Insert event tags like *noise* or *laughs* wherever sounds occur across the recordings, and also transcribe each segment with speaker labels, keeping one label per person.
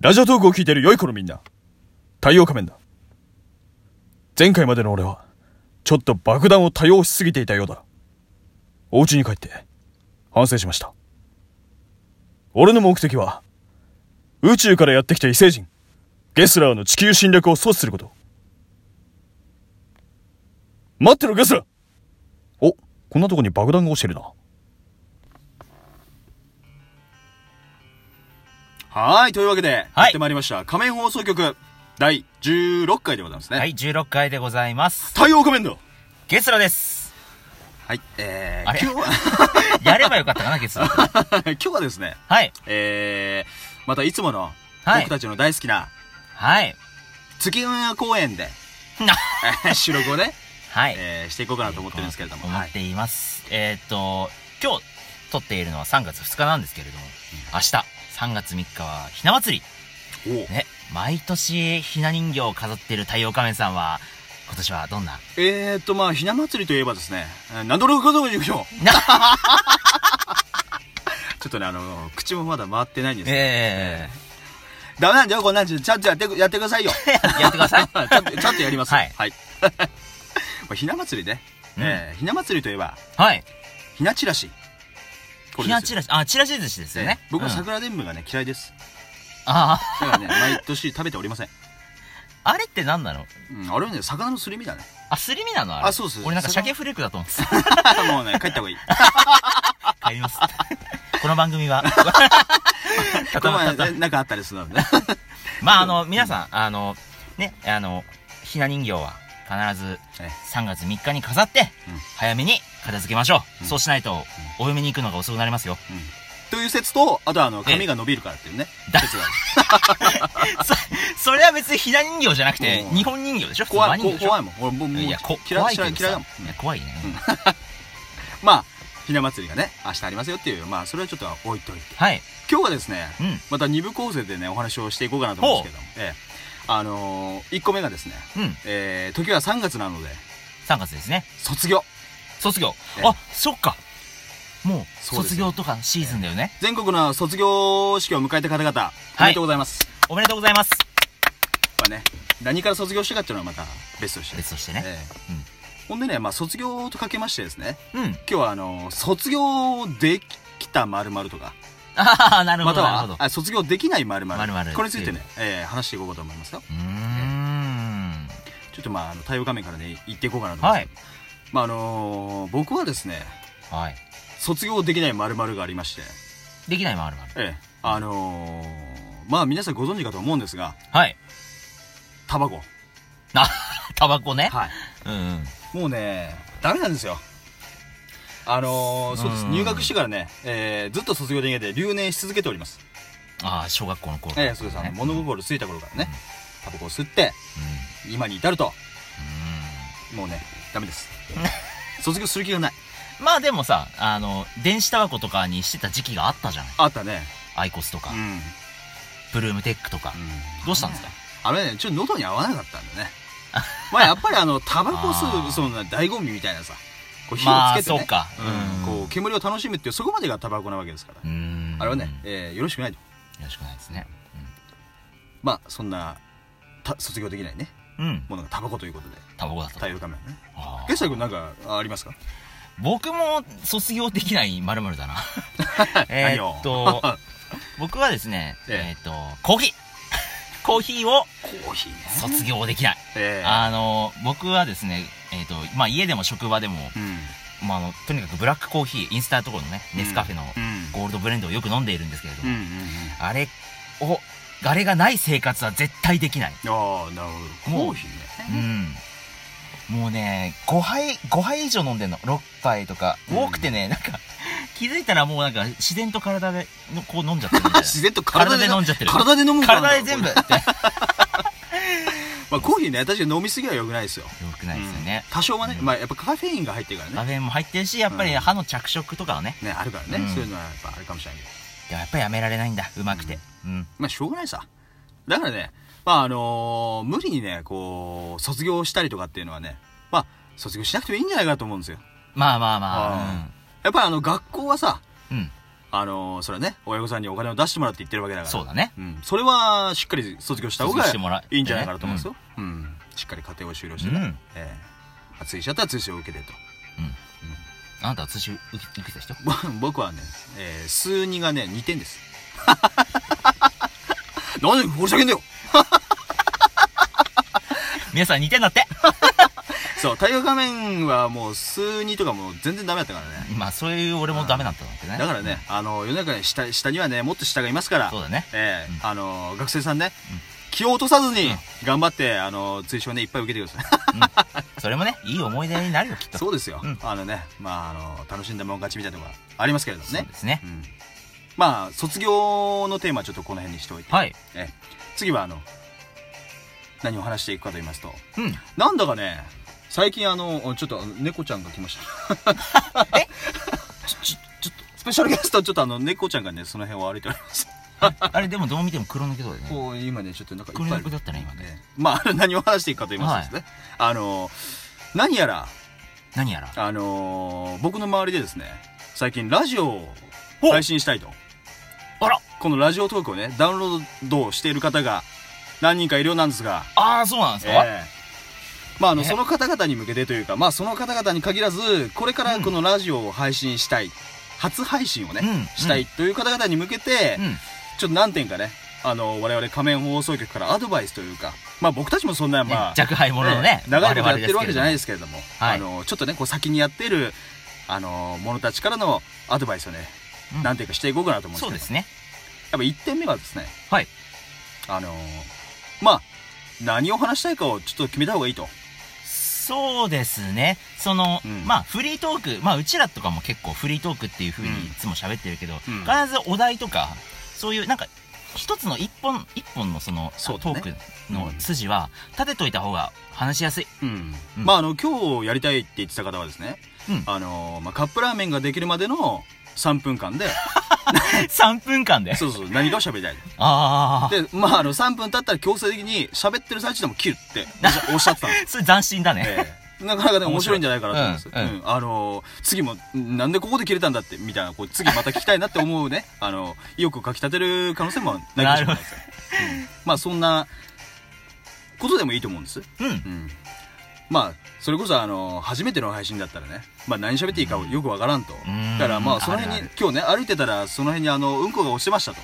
Speaker 1: ラジオトークを聞いている良い子のみんな、太陽仮面だ。前回までの俺は、ちょっと爆弾を多用しすぎていたようだ。お家に帰って、反省しました。俺の目的は、宇宙からやってきた異星人、ゲスラーの地球侵略を阻止すること。待ってろ、ゲスラーお、こんなとこに爆弾が落ちてるな。
Speaker 2: はーい、というわけで、
Speaker 3: はい
Speaker 2: やってまいりました。仮面放送局、第16回でございますね。
Speaker 3: はい、16回でございます。
Speaker 2: 太陽仮面だ
Speaker 3: ゲスラです。
Speaker 2: はい、え
Speaker 3: あれ
Speaker 2: ー、今日は、
Speaker 3: やればよかったかな、ゲスラ。は
Speaker 2: *laughs* 今日はですね、
Speaker 3: い。
Speaker 2: えー、またいつもの、
Speaker 3: はい
Speaker 2: 僕たちの大好きな、
Speaker 3: はい。
Speaker 2: 月の屋公園で、
Speaker 3: な
Speaker 2: えー *laughs* 収録をね、
Speaker 3: はい。
Speaker 2: えー、していこうかなと思ってるんですけれども。
Speaker 3: 思
Speaker 2: は
Speaker 3: っ
Speaker 2: い。
Speaker 3: ています。えーっと、今日撮っているのは3月2日なんですけれども、明日、3月3日はひな祭り。
Speaker 2: おう
Speaker 3: ね、毎年ひな人形を飾っている太陽仮面さんは、今年はどんな
Speaker 2: えーっと、まあ、ひな祭りといえばですね、えー何度六かどう行きましょう *laughs*
Speaker 3: な
Speaker 2: ちょっとね、あの、口もまだ回ってないんですけど
Speaker 3: え
Speaker 2: ダメなんだよ、こんなんじゃちゃんとやってく、やってくださいよ。
Speaker 3: *laughs* やってください
Speaker 2: *laughs* ちゃんと、ちゃんとやります。
Speaker 3: はい
Speaker 2: はい。 *laughs* まあひな祭りね。
Speaker 3: うん
Speaker 2: えーひな祭りといえば、
Speaker 3: えはい。
Speaker 2: ひなチラシ。こ
Speaker 3: ひ
Speaker 2: れで
Speaker 3: な
Speaker 2: す
Speaker 3: チラシ、あ、チラシ寿司ですよね
Speaker 2: えー。僕は
Speaker 3: うん
Speaker 2: 桜伝武がね、嫌いです。
Speaker 3: あ
Speaker 2: だから
Speaker 3: *laughs*
Speaker 2: ね、毎年食べておりません。
Speaker 3: あ、あれって何なの
Speaker 2: うん、あれはね、魚のすり身だ
Speaker 3: *laughs*
Speaker 2: ね。
Speaker 3: あ、すり身なのあれ。
Speaker 2: あそうそう
Speaker 3: 俺なんか鮭フレークだと思ってた。
Speaker 2: もうね、帰った方がいい。
Speaker 3: 帰ります。 *laughs* この番
Speaker 2: *laughs*
Speaker 3: 組は。
Speaker 2: こ
Speaker 3: 固
Speaker 2: の
Speaker 3: まった
Speaker 2: 前、
Speaker 3: *laughs*
Speaker 2: ね、なんかあったりするのでね。
Speaker 3: まあ、あの、皆さん、あの、ね、あの、ひな人形は必ず
Speaker 2: え
Speaker 3: 3月3日に飾って
Speaker 2: うん、
Speaker 3: 早めに片付けましょう。
Speaker 2: うん
Speaker 3: そうしないと、お嫁に行くのが遅くなりますよ。
Speaker 2: うんという説と、あとはあの、髪が伸びるからっていうね。
Speaker 3: だ
Speaker 2: 説がある。
Speaker 3: そ、それは別にひな人形じゃなくて、
Speaker 2: うん
Speaker 3: 日本人形でしょ
Speaker 2: 怖い、
Speaker 3: 普通の
Speaker 2: こ
Speaker 3: 人形でしょ
Speaker 2: 怖いもん。俺もう、もう、
Speaker 3: いや、こ
Speaker 2: 嫌
Speaker 3: 怖
Speaker 2: い
Speaker 3: い
Speaker 2: 嫌い
Speaker 3: け
Speaker 2: 嫌い
Speaker 3: ど
Speaker 2: だ
Speaker 3: さ
Speaker 2: もん。う
Speaker 3: い
Speaker 2: ん
Speaker 3: や、怖いね。
Speaker 2: まあ、ひな祭りがね、明日ありますよっていう、まあ、それはちょっと置いといて。
Speaker 3: はい。
Speaker 2: 今日はですね、
Speaker 3: うん。
Speaker 2: また2部構成でね、お話をしていこうかなと思うんですけども、ええ、あのー、1個目がですね、
Speaker 3: うん。
Speaker 2: えー、時は3月なので、
Speaker 3: 3月ですね。
Speaker 2: 卒業。
Speaker 3: 卒業
Speaker 2: え。え
Speaker 3: あ、そっか。もう、
Speaker 2: そうです
Speaker 3: 卒
Speaker 2: よ
Speaker 3: 業とかシーズンだよね。
Speaker 2: 全国の卒業式を迎えた方々、おめでとうございます。
Speaker 3: おめでとうございます。
Speaker 2: まあね、何から卒業したかっていうのはまた別として。
Speaker 3: 別としてね。
Speaker 2: ええ
Speaker 3: うん
Speaker 2: ほんでね、まあ、卒業とかけましてですね、
Speaker 3: うん。
Speaker 2: 今日はあのー、卒業できた〇〇とか、
Speaker 3: ああ、なるほ
Speaker 2: また
Speaker 3: ど、なるほ
Speaker 2: は
Speaker 3: ど。
Speaker 2: あ卒業できない〇
Speaker 3: 〇
Speaker 2: 〇
Speaker 3: 〇
Speaker 2: これについてね、ええ話していこうかと思いますよ。
Speaker 3: うーん。
Speaker 2: ちょっとまあ、あの、対応画面からね、言っていこうかなと思います。
Speaker 3: はい
Speaker 2: まあ、あのー僕はですね、
Speaker 3: はい。
Speaker 2: 卒業できない〇〇がありまして、
Speaker 3: できないもあるもある。
Speaker 2: ええ、あのーまあ皆さんご存知かと思うんですが、
Speaker 3: はい。
Speaker 2: タバコ。
Speaker 3: *laughs* あ、タバコね。
Speaker 2: はい。
Speaker 3: うんうん。
Speaker 2: もうね、ダメなんですよ。あのーそうです。
Speaker 3: うん
Speaker 2: 入学してからね、えーずっと卒業できないで留年し続けております。
Speaker 3: ああ、小学校の頃。
Speaker 2: ええ、そうです。あの、
Speaker 3: ね
Speaker 2: 物心ついた頃からね、タバコを吸って、今に至ると、
Speaker 3: う
Speaker 2: もうね、ダメ
Speaker 3: *laughs*
Speaker 2: です。卒業する気がない。
Speaker 3: ん。まあでもさ、あの、電子タバコとかにしてた時期があったじゃない。
Speaker 2: あったね。
Speaker 3: アイコスとか
Speaker 2: う、ん。
Speaker 3: ブルームテックとか。どうしたんですか
Speaker 2: あれね、ちょっと喉に合わなかったん
Speaker 3: *laughs*
Speaker 2: だね。まあやっぱりあの、タバコ吸
Speaker 3: あー
Speaker 2: う、その醍醐味みたいなさ、こう火を
Speaker 3: まあ、
Speaker 2: つけて
Speaker 3: そ
Speaker 2: ね
Speaker 3: う、か。
Speaker 2: うんこう、煙を楽しむっていう、そこまでがタバコなわけですから。
Speaker 3: うーん。
Speaker 2: あれはね、えーよろしくないと。
Speaker 3: よろしくないですね。
Speaker 2: まあ、そんな、た卒業できないね、
Speaker 3: うんうん。
Speaker 2: ものがタバコということで、
Speaker 3: タバコだった。
Speaker 2: 太陽カメラね。
Speaker 3: あ
Speaker 2: ゲ
Speaker 3: ー
Speaker 2: スタ君なんかあありますか
Speaker 3: 僕も卒業できないまるだな。え
Speaker 2: *laughs* 何を
Speaker 3: ーっと、僕はですね、
Speaker 2: え
Speaker 3: えーっと、コーヒー。コーヒーを
Speaker 2: *laughs* コーヒ *laughs* ーね。
Speaker 3: *laughs* 卒業できない。
Speaker 2: ええ
Speaker 3: あの、僕はですね、えっ、と、まあ、家でも職場でも、
Speaker 2: うん。
Speaker 3: まあ、あの、とにかくブラックコーヒー、インスタのところのね、ネスカフェの
Speaker 2: うん。
Speaker 3: ゴールドブレンドをよく飲んでいるんですけれど
Speaker 2: う
Speaker 3: も、
Speaker 2: ん。うん。
Speaker 3: あれを、あれがない生活は絶対できない。
Speaker 2: ああ、なるほど。コーヒー
Speaker 3: う
Speaker 2: ね。
Speaker 3: ん。もうね、5杯、5杯以上飲んでんの。6杯とか。
Speaker 2: うん
Speaker 3: 多くてね、なんか、気づいたらもうなんか、自然と体で、のこう飲んじゃってるみたいな。
Speaker 2: *laughs* 自然と体で
Speaker 3: 体で飲んじゃってる
Speaker 2: 体で飲むから
Speaker 3: 体で全部って。よ
Speaker 2: まあ、コーヒーね、確かに飲みすぎは良くないですよ。
Speaker 3: くないですよね。
Speaker 2: 多少はね、
Speaker 3: うん
Speaker 2: まあやっぱカフェインが入ってるから
Speaker 3: ラ
Speaker 2: ね。
Speaker 3: ベンも入ってるし、やっぱり
Speaker 2: うん
Speaker 3: 歯の着色とかはね、
Speaker 2: ね、あるからね、
Speaker 3: うん
Speaker 2: そういうのはやっぱあれかもしれないけど。
Speaker 3: いややっぱりやめられないんだ。うまくて。うん。
Speaker 2: まあしょうがないさ。だからね、まああのー無理にね、こう、卒業したりとかっていうのはね、まあ、卒業しなくてもいいんじゃないかと思うんですよ。
Speaker 3: まあまあま
Speaker 2: う
Speaker 3: あ
Speaker 2: んやっぱりあの、学校はさ、
Speaker 3: うん。うん。
Speaker 2: あのーそれはね、親御さんにお金を出してもらって言ってるわけだから。
Speaker 3: そうだね
Speaker 2: うん。それは、しっかり卒業した方
Speaker 3: 卒業
Speaker 2: が
Speaker 3: してもらってね
Speaker 2: いいんじゃないかなと思うんですよ。うん。しっかり家庭を終了してね。
Speaker 3: うん
Speaker 2: ええまあ通信だったら通信を受けてと。
Speaker 3: あなたは通信受け受けてた人 *laughs*
Speaker 2: ぼ *laughs* 僕はね、えー、数二がね、2点です。なんで掘り下げんだよ
Speaker 3: 皆さん似てんだって
Speaker 2: そう、太陽画面はもう数二とかもう全然ダメだったからね。
Speaker 3: まあそういう俺もダメなんだったんだけどね
Speaker 2: だからね、あの、世の中に下、下にはね、もっと下がいますから。
Speaker 3: そうだね
Speaker 2: ええ
Speaker 3: うん
Speaker 2: あの、学生さんね
Speaker 3: うん、
Speaker 2: 気を落とさずに
Speaker 3: うん、
Speaker 2: 頑張って、あの、追奨ね、いっぱい受けてください。
Speaker 3: それもねいい思い出になるよきっ *laughs* と
Speaker 2: そうですよ。
Speaker 3: うん
Speaker 2: あのね、まあ、あの、楽しんだもん勝ちみたいなところありますけれども
Speaker 3: そう
Speaker 2: ね
Speaker 3: で。すね
Speaker 2: うん。まあ、卒業のテーマはちょっとこの辺にしておいて。
Speaker 3: はい
Speaker 2: ええ次は、あの、何を話していくかと言いますと、
Speaker 3: うん
Speaker 2: なんだかね、最近あの、ちょっとあの猫ちゃんが来ました。 *laughs*
Speaker 3: ちょちょちょっと
Speaker 2: スペシャルゲスト、ちょっとあの、猫ちゃんがね、その辺を歩いております。
Speaker 3: あれでもどう見ても黒抜けそうだよね
Speaker 2: こう、今ね、ちょっとなんかいっぱい
Speaker 3: 黒
Speaker 2: いる
Speaker 3: 抜けだったね今ね
Speaker 2: ねまあ、何を話していくかと言いますとですね、あの、何やら、
Speaker 3: 何やら
Speaker 2: あの僕の周りでですね、最近ラジオを
Speaker 3: お
Speaker 2: 配信したいと。
Speaker 3: あら
Speaker 2: このラジオトークをね、ダウンロードしている方が何人かいるようなんですが、
Speaker 3: ああそうなんですか、
Speaker 2: ええまあ、あの、
Speaker 3: ね
Speaker 2: その方々に向けてというか、まあ、その方々に限らず、これからこのラジオを配信したい、初配信をね、
Speaker 3: うん
Speaker 2: したいという方々に向けて、
Speaker 3: うん
Speaker 2: ちょっと何点かね、あの、我々仮面放送局からアドバイスというか、まあ僕たちもそんな、
Speaker 3: ね
Speaker 2: まあ、
Speaker 3: 若輩者のね
Speaker 2: ええ長いことやってるわけじゃないですすけれども、
Speaker 3: はい
Speaker 2: あの、ちょっとね、こう先にやってる、あの、者たちからのアドバイスをね、
Speaker 3: うん
Speaker 2: 何点かしていこうかなと思うんですけど、
Speaker 3: そうですね
Speaker 2: やっぱ1点目はですね、
Speaker 3: はい
Speaker 2: あの、まあ、何を話したいかをちょっと決めた方がいいと。
Speaker 3: そうですね。その、
Speaker 2: うん
Speaker 3: まあ、フリートーク、まあ、うちらとかも結構フリートークっていう風
Speaker 2: うん
Speaker 3: にいつも喋ってるけど、
Speaker 2: うん
Speaker 3: 必ずお題とか、そういう、なんか、一つの一本、一本のその、
Speaker 2: そうだ
Speaker 3: ト
Speaker 2: ね
Speaker 3: ークの筋は、立てといた方が話しやすい。
Speaker 2: うん
Speaker 3: うん
Speaker 2: まあ、あの、今日やりたいって言ってた方はですね、
Speaker 3: うん
Speaker 2: あの、まあ、カップラーメンができるまでの3分間 *laughs* で、
Speaker 3: 3分間で。
Speaker 2: そうそう、何かを喋りたい。
Speaker 3: ああ。
Speaker 2: で、まあ、あの、3分経ったら強制的に喋ってる最中でも切るっておっし *laughs* ゃおっしゃってたんです。
Speaker 3: それ斬新だね。
Speaker 2: ええなかなかね、面白いんじゃないかなと思うんです。
Speaker 3: 面白いうん
Speaker 2: うんあのー次も、んなんでここで切れたんだって、みたいな、こう、次また聞きたいなって思うね、あの、意欲をかきたてる可能性もないかもしれないですよ。うんまあ、そんな、ことでもいいと思うんです。
Speaker 3: うん
Speaker 2: う。ん。まあ、それこそ、あのー初めての配信だったらね、まあ、何喋っていいかよくわからんと。
Speaker 3: ん
Speaker 2: だから、まあ、その辺に、
Speaker 3: あるある
Speaker 2: 今日ね、歩いてたら、その辺に、あの、うんこが落ちてま
Speaker 3: *laughs*
Speaker 2: したと。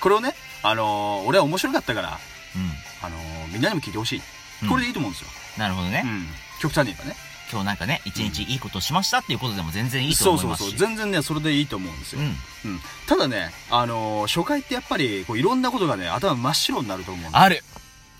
Speaker 2: これをね、あのー俺は面白かったから、
Speaker 3: うん。
Speaker 2: あのーみんなにも聞いてほしい。これでいいと思うんですよ。
Speaker 3: なるほどね。
Speaker 2: うん極端に言えばね。
Speaker 3: 今日なんかね、一日いいことしましたっていうことでも全然いいと
Speaker 2: そう
Speaker 3: 思い
Speaker 2: そう
Speaker 3: ますし。
Speaker 2: そう。全然ね、それでいいと思うんですよ。
Speaker 3: うん。
Speaker 2: うんただね、あのー初回ってやっぱり、こう、いろんなことがね、頭真っ白になると思うんで
Speaker 3: ある。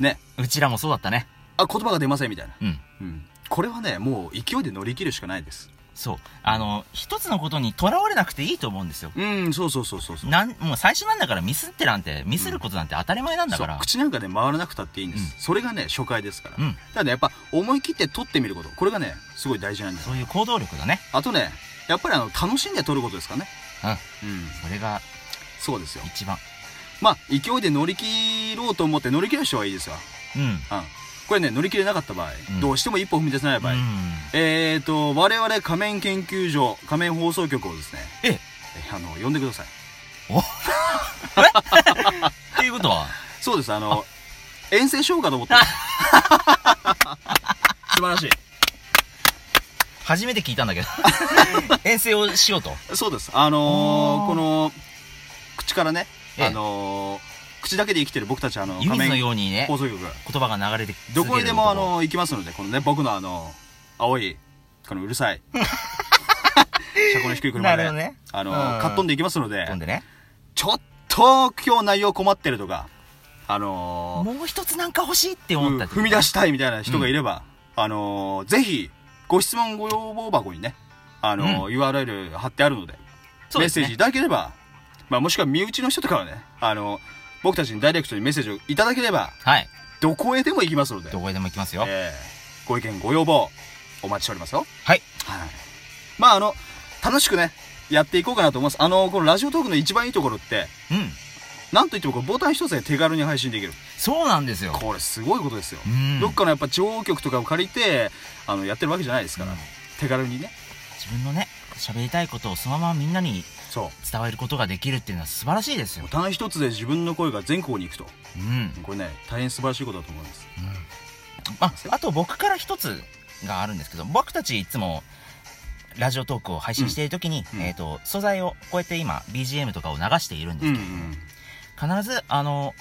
Speaker 2: ね。
Speaker 3: うちらもそうだったね。
Speaker 2: あ、言葉が出ませんみたいな。
Speaker 3: うん。
Speaker 2: うんこれはね、もう勢いで乗り切るしかないです。
Speaker 3: そう。あの、一つのことにとらわれなくていいと思うんですよ。
Speaker 2: うん、そうそうそうそうそう。
Speaker 3: なん、もう最初なんだからミスってなんて、ミスることなんて当たり前なんだ
Speaker 2: そ
Speaker 3: か
Speaker 2: う
Speaker 3: ら。
Speaker 2: 口なんかね、回らなくたっていいんです。それがね、初回ですから。
Speaker 3: うん
Speaker 2: ただね、やっぱ、思い切って取ってみること。これがね、すごい大事なんです。
Speaker 3: そういう行動力だね。
Speaker 2: あとね、やっぱりあの、楽しんで取ることですかね。
Speaker 3: うん。
Speaker 2: うん、
Speaker 3: それが
Speaker 2: そうですよ。
Speaker 3: 一番。
Speaker 2: まあ、勢いで乗り切ろうと思って乗り切る人はいいですよ。
Speaker 3: うん。
Speaker 2: うん。これね、乗り切れなかった場合、
Speaker 3: うん
Speaker 2: どうしても一歩踏み出せない場合、
Speaker 3: うん。
Speaker 2: えーと、我々仮面研究所、仮面放送局をですね、
Speaker 3: ええ
Speaker 2: あの、呼んでください。
Speaker 3: っていうことは、
Speaker 2: そうです、あの、遠征しようかと思って *laughs*
Speaker 3: *laughs*
Speaker 2: ます。素晴らし
Speaker 3: 初めて聞いたん
Speaker 2: *laughs*
Speaker 3: だけど。遠征をしようと。
Speaker 2: い。そうです、あの
Speaker 3: あー
Speaker 2: ーこの、口からね、
Speaker 3: ええ
Speaker 2: あのー口だけで生きてる僕たち、あの、
Speaker 3: 湯
Speaker 2: 仮
Speaker 3: 水の
Speaker 2: 面
Speaker 3: ようにね
Speaker 2: 放、送局、
Speaker 3: 言葉が流れて続ける
Speaker 2: どこにでも、あ
Speaker 3: 男
Speaker 2: の、行きますので、このね、僕のあの、青い、このうるさ
Speaker 3: *laughs*
Speaker 2: い、車高の低い
Speaker 3: な
Speaker 2: 車
Speaker 3: る
Speaker 2: で、
Speaker 3: ほどね。
Speaker 2: あの、
Speaker 3: うん
Speaker 2: かっ飛んでいきますので、
Speaker 3: 飛んでね。
Speaker 2: ちょっと今日内容困ってるとか、あの
Speaker 3: もう一つなんか欲しいって
Speaker 2: ー
Speaker 3: 思っ
Speaker 2: うん
Speaker 3: たってこと
Speaker 2: 踏み出したいみたいな人がいれば、あのーぜひ、ご質問ご要望箱にね、あのー URL 貼ってあるので、
Speaker 3: そう
Speaker 2: メッ
Speaker 3: です
Speaker 2: セ
Speaker 3: ね
Speaker 2: ージいただければ、まあ、もしくは身内の人とかはね、あのー僕たちにダイレクトにメッセージをいただければ、
Speaker 3: はい。
Speaker 2: どこへでも行きますので、
Speaker 3: どこへでも行きますよ。
Speaker 2: えーご意見ご要望、お待ちしておりますよ。
Speaker 3: はい。
Speaker 2: はい。まあ、あの、楽しくね、やっていこうかなと思います。あのーこのラジオトークの一番いいところって、
Speaker 3: うん。
Speaker 2: なんといってもこうボタン一つで手軽に配信できる。
Speaker 3: そうなんですよ。
Speaker 2: これすごいことですよ
Speaker 3: う。ん。
Speaker 2: どっかのやっぱ地方局とかを借りて、あの、やってるわけじゃないですから。
Speaker 3: うん
Speaker 2: 手軽にね。
Speaker 3: 自分のね、喋りたいことをそのままみんなに
Speaker 2: そ
Speaker 3: 伝えることができるっていうのは素晴らしいです
Speaker 2: う
Speaker 3: よ
Speaker 2: ボ。タン一つで自分の声が全国に行くと
Speaker 3: うん。
Speaker 2: これね大変素晴らしいことだと思います
Speaker 3: あ、あと僕から一つがあるんですけど、僕たちいつも、ラジオトークを配信しているときに、
Speaker 2: うんうん
Speaker 3: えっ、と、素材をこうやって今、BGM とかを流しているんですけ
Speaker 2: ん
Speaker 3: ど、必ず、あの、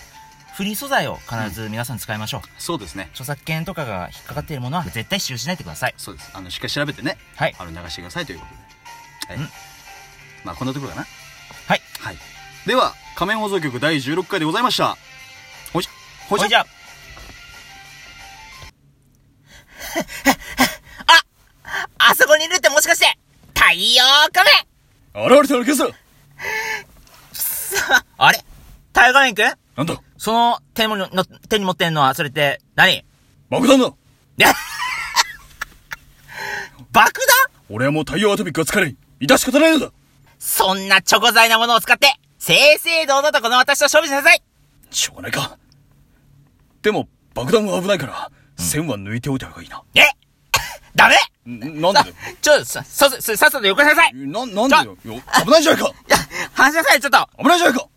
Speaker 3: フリー素材を必ず皆さん使いましょう。
Speaker 2: そうですね
Speaker 3: 著作権とかが引っかかっているものは絶対使用しないでください。
Speaker 2: そうですあのしっかり調べてね
Speaker 3: はい。
Speaker 2: あの流してくださいということで、
Speaker 3: う
Speaker 2: は
Speaker 3: ん
Speaker 2: い、まあこんなところかな
Speaker 3: はい、
Speaker 2: はい、では「仮面放送局第16回」でございましたほいじゃほいじ
Speaker 3: ほい
Speaker 2: ゃ
Speaker 3: じゃあ。 *laughs* あ、あそこにいるってもしかして、太陽仮面
Speaker 1: 現れたのけさ
Speaker 3: *laughs* あれ太陽仮面くん
Speaker 1: なんだ
Speaker 3: その手ものの手に持ってんのは、それって何、
Speaker 1: 爆弾だ
Speaker 3: *laughs* 爆弾
Speaker 1: 俺はもう太陽アトミックが使えない致し方ないのだ
Speaker 3: そんなチョコ材なものを使って、正々堂々とこの私と勝負しなさい
Speaker 1: しょうがないかでも爆弾は危ないから、線は抜いておいた方がいいな
Speaker 3: え *laughs* ダメ
Speaker 1: んなんで
Speaker 3: ちょ、さ、さ、ささっさとよこしなさい
Speaker 1: な、なんでよよ危ないじゃないか
Speaker 3: 話しなさい、ちょっと
Speaker 1: 危ないじゃないか